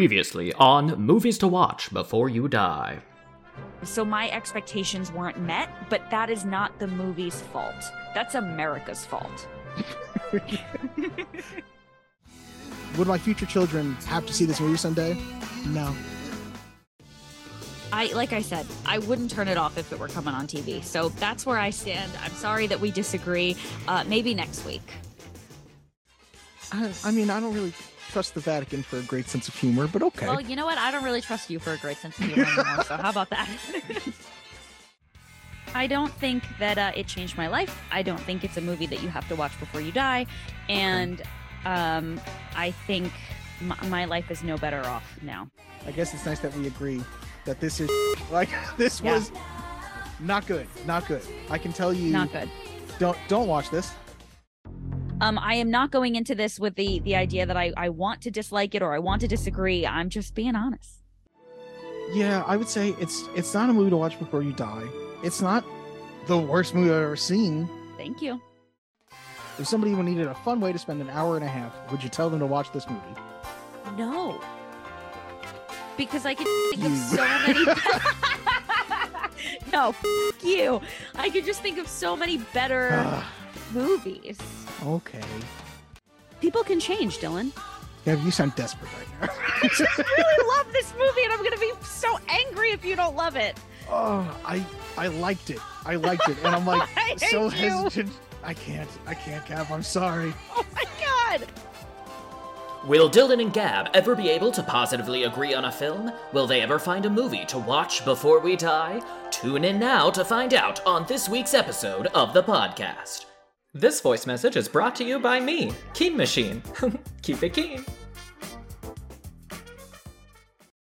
Previously on Movies to Watch Before You Die. So my expectations weren't met, but that is not the movie's fault. That's America's fault. Would my future children have to see this movie someday? No. I like I said, I wouldn't turn it off if it were coming on TV. So that's where I stand. I'm sorry that we disagree. Uh, maybe next week. I, I mean, I don't really trust the Vatican for a great sense of humor, but okay. Well, you know what? I don't really trust you for a great sense of humor anymore. so how about that? I don't think that uh, it changed my life. I don't think it's a movie that you have to watch before you die, and um, I think my, my life is no better off now. I guess it's nice that we agree that this is like this Yeah. was not good. Not good. I can tell you. Not good. Don't don't watch this. Um, I am not going into this with the the idea that I I want to dislike it or I want to disagree. I'm just being honest. Yeah, I would say it's it's not a movie to watch before you die. It's not the worst movie I've ever seen. Thank you. If somebody needed a fun way to spend an hour and a half, would you tell them to watch this movie? No, because I could think of You. so many. no, f- you. I could just think of so many better Ah, movies. okay. People can change, Dylan. Yeah, you sound desperate right now. really love this movie, and I'm gonna be so angry if you don't love it. oh, I I liked it. I liked it, and I'm like. I hate so you. hesitant. I can't. I can't, Cap. I'm sorry. Oh my god. Will Dylan and Gab ever be able to positively agree on a film? Will they ever find a movie to watch before we die? Tune in now to find out on this week's episode of the podcast. This voice message is brought to you by me, Keen Machine. Keep it keen.